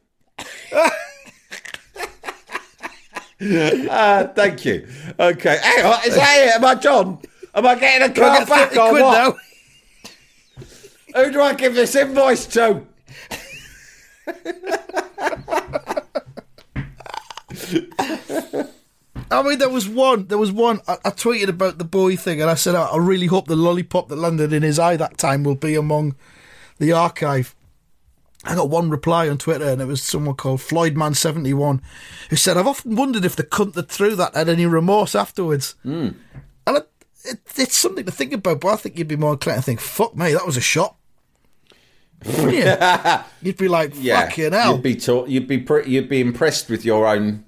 C: uh, thank you. Okay. Hang on, is that it? Am I John? Am I getting a
B: Can I
C: car
B: get
C: back
B: 30
C: or
B: quid
C: what?
B: now?
C: Who do I give this invoice to?
B: I mean, there was one. There was one. I, I tweeted about the boy thing, and I said, I, I really hope the lollipop that landed in his eye that time will be among the archive. I got one reply on Twitter, and it was someone called Floydman71, who said, "I've often wondered if the cunt that threw that had any remorse afterwards."
C: Hmm.
B: And I, it, it's something to think about. But I think you'd be more inclined to think, "Fuck me, that was a shot." Wouldn't you? you'd be like, "Fucking hell!"
C: You'd be taught. You'd be pre- you'd be impressed with your own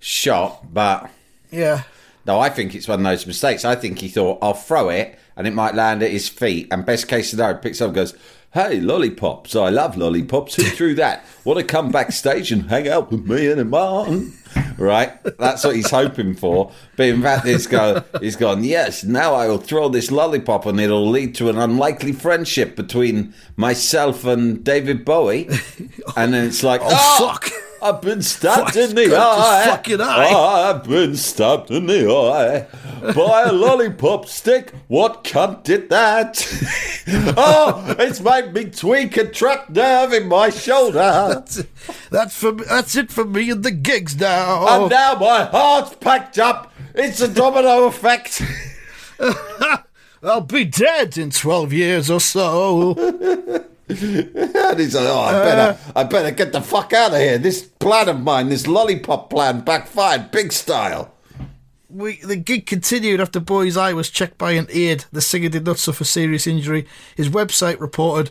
C: shot, but
B: yeah.
C: no, I think it's one of those mistakes. I think he thought I'll throw it and it might land at his feet. And best case scenario, picks up and goes. Hey, lollipops! I love lollipops. Who threw that? Want to come backstage and hang out with me in a man? right? That's what he's hoping for. But in fact, this guy, he's gone, yes, now I will throw this lollipop and it'll lead to an unlikely friendship between myself and David Bowie. And then it's like, oh,
B: fuck.
C: I've been stabbed in
B: Fuck,
C: the
B: got
C: eye.
B: this fucking eye."
C: I've been stabbed in the eye by a lollipop stick. What cunt did that? oh, it's made me tweak a trapped nerve in my shoulder.
B: That's for that's it for me and the gigs now.
C: And now my heart's packed up. It's a domino effect.
B: I'll be dead in twelve years or so.
C: and he's like, oh, I better, I better get the fuck out of here. This plan of mine, this lollipop plan, backfired big style.
B: we, the gig continued after Boy's eye was checked by an aide. The singer did not suffer serious injury. His website reported,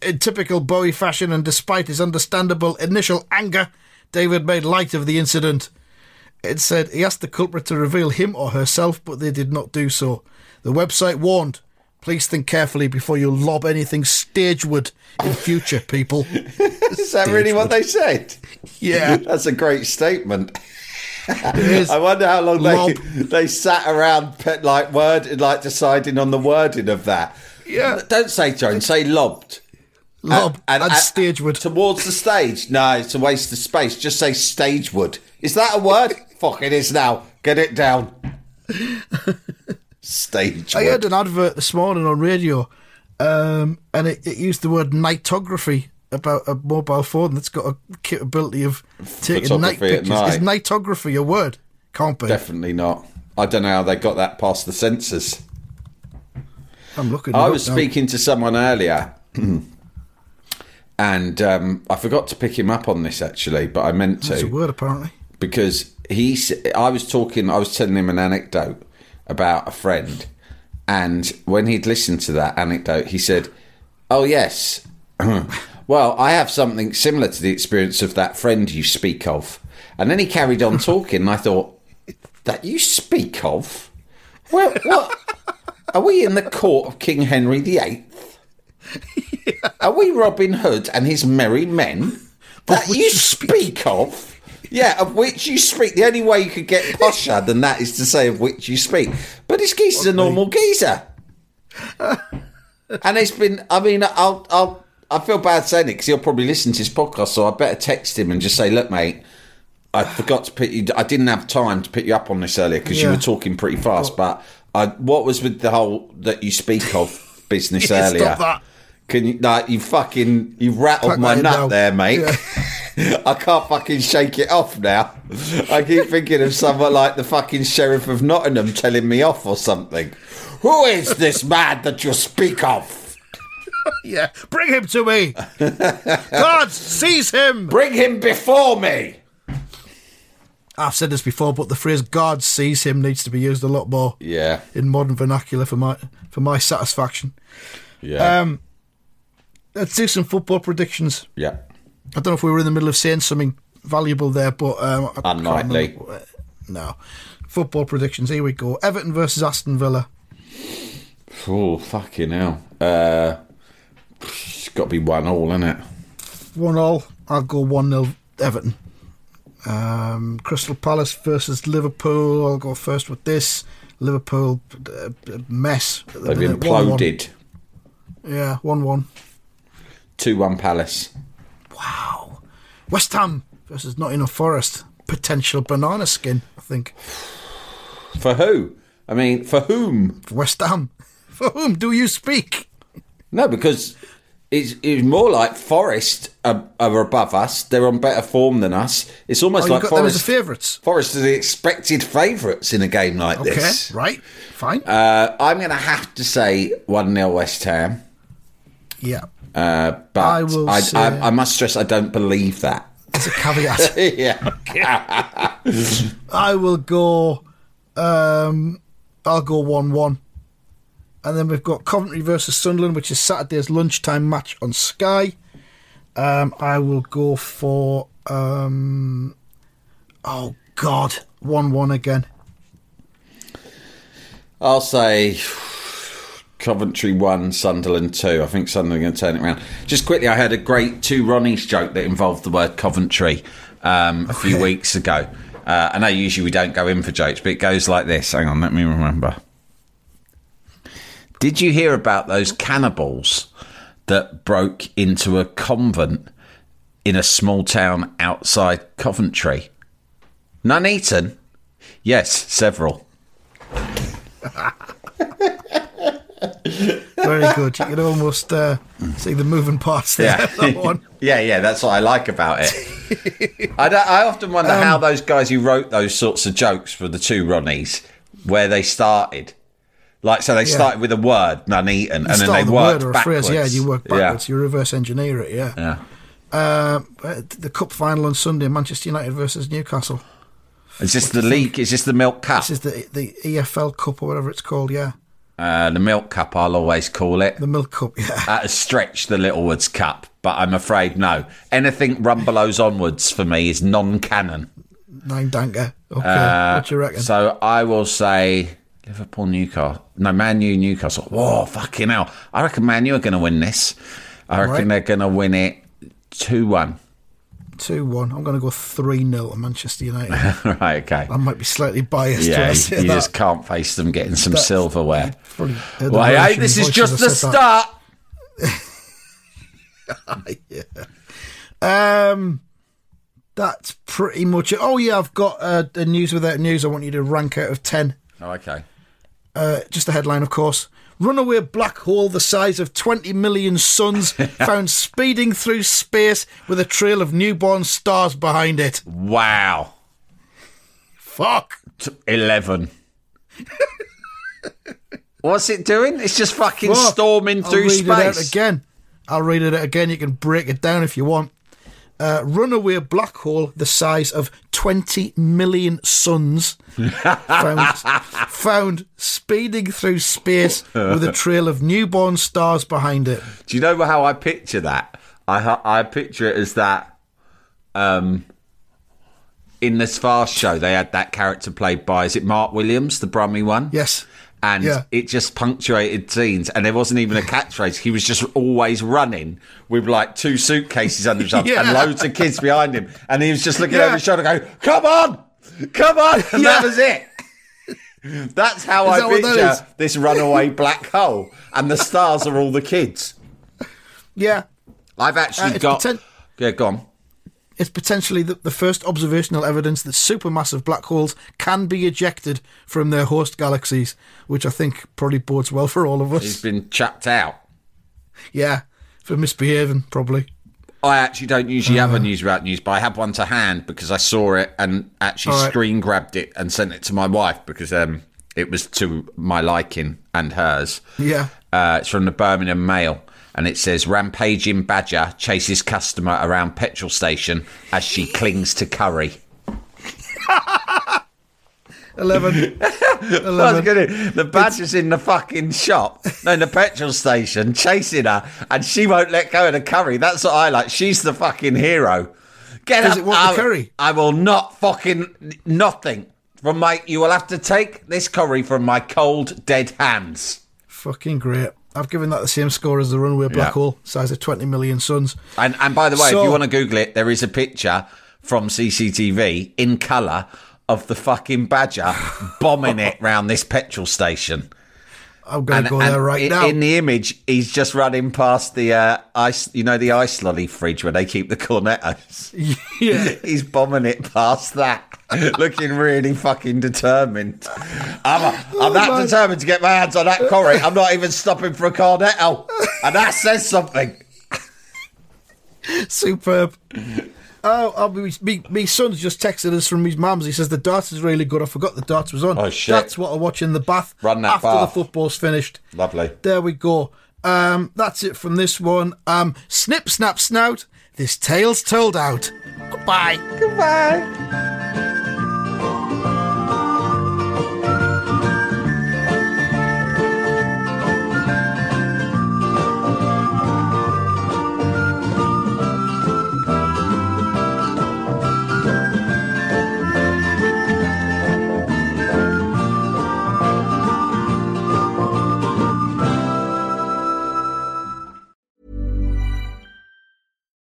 B: in typical Bowie fashion, and despite his understandable initial anger, David made light of the incident. It said he asked the culprit to reveal him or herself, but they did not do so. The website warned. Please think carefully before you lob anything stageward in future, people.
C: Is that really what they said?
B: Yeah.
C: That's a great statement.
B: is.
C: I wonder how long
B: Lob.
C: they they sat around pe- like word like deciding on the wording of that.
B: Yeah.
C: Don't say Joan, say lobbed.
B: Lob and,
C: uh,
B: stageward.
C: Towards the stage. No, it's a waste of space. Just say stageward. Is that a word? Fuck it is now. Get it down. Stageward.
B: I heard an advert this morning on radio, um, and it, it used the word nightography about a mobile phone that's got a capability of taking night
C: Photography at
B: pictures. Is nightography a word? Can't be.
C: Definitely not. I don't know how they got that past the censors.
B: I'm looking. it
C: I
B: up
C: was
B: now.
C: speaking to someone earlier, and um, I forgot to pick him up on this actually, but I meant
B: It's a
C: to
B: word apparently.
C: because he. s- I was talking. I was telling him an anecdote about a friend, and when he'd listened to that anecdote, he said, "Oh yes, well, I have something similar to the experience of that friend you speak of." And then he carried on talking, and I thought, "That you speak of? Well, what?" Are we in the court of King Henry VIII? Are we Robin Hood and his merry men that you speak of? Yeah, of which you speak. The only way you could get posher than that is to say of which you speak. But this geezer's a normal geezer, and it's been. I mean, I'll, I'll, I feel bad saying it because he'll probably listen to his podcast, so I better text him and just say, "Look, mate, I forgot to pick you. I didn't have time to pick you up on this earlier because you
B: Yeah.
C: were talking pretty fast. But I, what was with the whole that you speak of business
B: Yeah, stop
C: earlier?
B: that.
C: Can you like you fucking you rattled
B: Pack
C: my
B: that in
C: nut
B: now.
C: there, mate? I can't fucking shake it off now. I keep thinking of someone like the fucking sheriff of Nottingham telling me off or something. Who is this man that you speak of?
B: Yeah, bring him to me. God, seize him.
C: Bring him before me.
B: I've said this before, but the phrase "God seize him" needs to be used a lot more
C: Yeah,
B: in modern vernacular for my for my satisfaction.
C: yeah,
B: Um, Let's do some football predictions.
C: yeah.
B: I don't know if we were in the middle of saying something valuable there, but um, I can't
C: Unlikely.
B: remember. uh, No, football predictions. Here we go. Everton versus Aston Villa.
C: Oh fucking hell! Uh, it's got to be one all, isn't it?
B: One all. I'll go one 0 Everton. Um, Crystal Palace versus Liverpool. I'll go first with this. Liverpool uh, mess. at the
C: They've
B: minute. 1-1.
C: imploded.
B: Yeah, one one.
C: Two one Palace.
B: Wow. West Ham versus Nottingham Forest. Potential banana skin. I think
C: For who? I mean, for whom?
B: West Ham. For whom do you speak?
C: No, because it's, it's more like Forest are, are above us. They're on better form than us. It's almost
B: Oh, you
C: like
B: got them as
C: Forest.
B: the favourites.
C: Forest are the expected favourites in a game like
B: Okay,
C: this.
B: right, fine.
C: Uh, I'm going to have to say 1 0 West Ham, uh,
B: yeah,
C: but
B: I will
C: I,
B: say-
C: I, I must stress I don't believe that.
B: it's a caveat.
C: yeah.
B: I will go. Um, I'll go one-one, and then we've got Coventry versus Sunderland, which is Saturday's lunchtime match on Sky. Um, I will go for. Um, oh God, one-one again.
C: I'll say Coventry one, Sunderland two. I think Sunderland are going to turn it around. Just quickly, I heard a great two Ronnie's joke that involved the word Coventry um, a few weeks ago, Uh, I know usually we don't go in for jokes, but it goes like this. Hang on, let me remember. Did you hear about those cannibals that broke into a convent in a small town outside Coventry? None eaten? Yes, several.
B: Very good. You can almost uh, see the moving parts there.
C: Yeah.
B: That one.
C: yeah, yeah, that's what I like about it. I, don't- I often wonder
B: Um,
C: how those guys who wrote those sorts of jokes for the two Ronnies, where they started. Like, so they
B: Yeah.
C: started with a word, none eaten,
B: You
C: and then
B: start
C: they
B: with a
C: worked
B: word or a
C: backwards.
B: phrase. Yeah, you work
C: Yeah.
B: backwards. You reverse engineer it. Yeah.
C: Yeah.
B: Uh, the cup final on Sunday: Manchester United versus Newcastle.
C: Is this the league? Is this the milk cup?
B: This is the the EFL Cup or whatever it's called. Yeah,
C: Uh, the milk cup, I'll always call it.
B: the Milk Cup. Yeah.
C: That has stretched the Littlewoods Cup, but I'm afraid no. Anything Rumbelows onwards for me is non-canon.
B: Nine Danker. Okay,
C: Uh,
B: what do you reckon?
C: So I will say Liverpool, Newcastle. No, Man U, Newcastle. Whoa, fucking hell. I reckon Man U are going to win this. I reckon
B: Right.
C: they're going to win it 2 1.
B: Two one. I'm going to go three 0 to Manchester United.
C: right, okay.
B: I might be slightly biased. when
C: yeah,
B: I
C: you,
B: say
C: you
B: that.
C: just can't face them getting some
B: That's-
C: silverware.
B: Probably heard the
C: Well, hey,
B: Russian
C: this is
B: voices
C: just
B: have
C: the
B: said that.
C: start.
B: Um, that's pretty much it. Oh yeah, I've got uh, the news without news. I want you to rank out of ten.
C: Oh, okay.
B: Uh, just the headline, of course. Runaway black hole the size of 20 million suns found speeding through space with a trail of newborn stars behind it.
C: Wow.
B: Fuck.
C: T- 11. What's it doing? It's just fucking
B: Fuck.
C: storming
B: I'll
C: through
B: read it out
C: space.
B: again. I'll read it out again. You can break it down if you want. Uh, runaway black hole the size of 20 million suns found, found speeding through space with a trail of newborn stars behind it.
C: Do you know how I picture that? I ha- I picture it as that. Um, in this fast show, they had that character played by is it Mark Williams, the Brummy one?
B: Yes.
C: And
B: Yeah.
C: it just punctuated scenes, and there wasn't even a catchphrase. He was just always running with like two suitcases under his arm
B: Yeah.
C: and loads of kids behind him, and he was just looking
B: Yeah.
C: over his shoulder, going, "Come on, come on!" And that
B: Yeah.
C: was it. That's how
B: Is
C: I
B: that what that is?
C: picture this runaway black hole, and the stars are all the kids.
B: Yeah.
C: I've
B: Uh,
C: actually
B: it's
C: got.
B: poten-
C: yeah, go on.
B: It's potentially the, the first observational evidence that supermassive black holes can be ejected from their host galaxies, which I think probably bodes well for all of
C: He's
B: us.
C: been chucked out.
B: Yeah, for misbehaving, probably.
C: I actually don't usually
B: Uh.
C: have a news about news, but I have one to hand because I saw it and actually
B: All right.
C: screen grabbed it and sent it to my wife because um, it was to my liking and hers.
B: Yeah.
C: Uh, it's from the Birmingham Mail and it says Rampaging Badger chases customer around petrol station as she clings to curry.
B: 11.
C: I was gonna- the badger's in the fucking shop, no, in the petrol station, chasing her, and she won't let go of the curry. That's what I like. She's the fucking hero. Get
B: Does
C: up,
B: it want the
C: I-
B: curry?
C: I will not fucking nothing from my. You will have to take this curry from my cold dead hands.
B: Fucking great. I've given that the same score as the runaway black
C: Yeah.
B: hole, size of 20 million suns.
C: And and by the way, if
B: So-
C: you want to Google it, there is a picture from CCTV in colour of the fucking badger bombing it round this petrol station.
B: I'm going to go there right
C: in,
B: now.
C: in the image, he's just running past the uh, ice, you know, the ice lolly fridge where they keep the cornetos.
B: yeah.
C: he's bombing it past that, looking really fucking determined. I'm, a, I'm that
B: Oh, my-
C: determined to get my hands on that curry. I'm not even stopping for a cornetto, and that says something.
B: Superb. Oh, I'll be, me, me son's just texted us from his mum's. He says the darts is really good. I forgot the darts was on.
C: Oh, shit.
B: That's what I watch in the bath
C: Run that
B: after
C: bath.
B: the football's finished.
C: Lovely.
B: There we go. Um, that's it from this one. Um, snip, snap, snout. This tale's told out. Goodbye.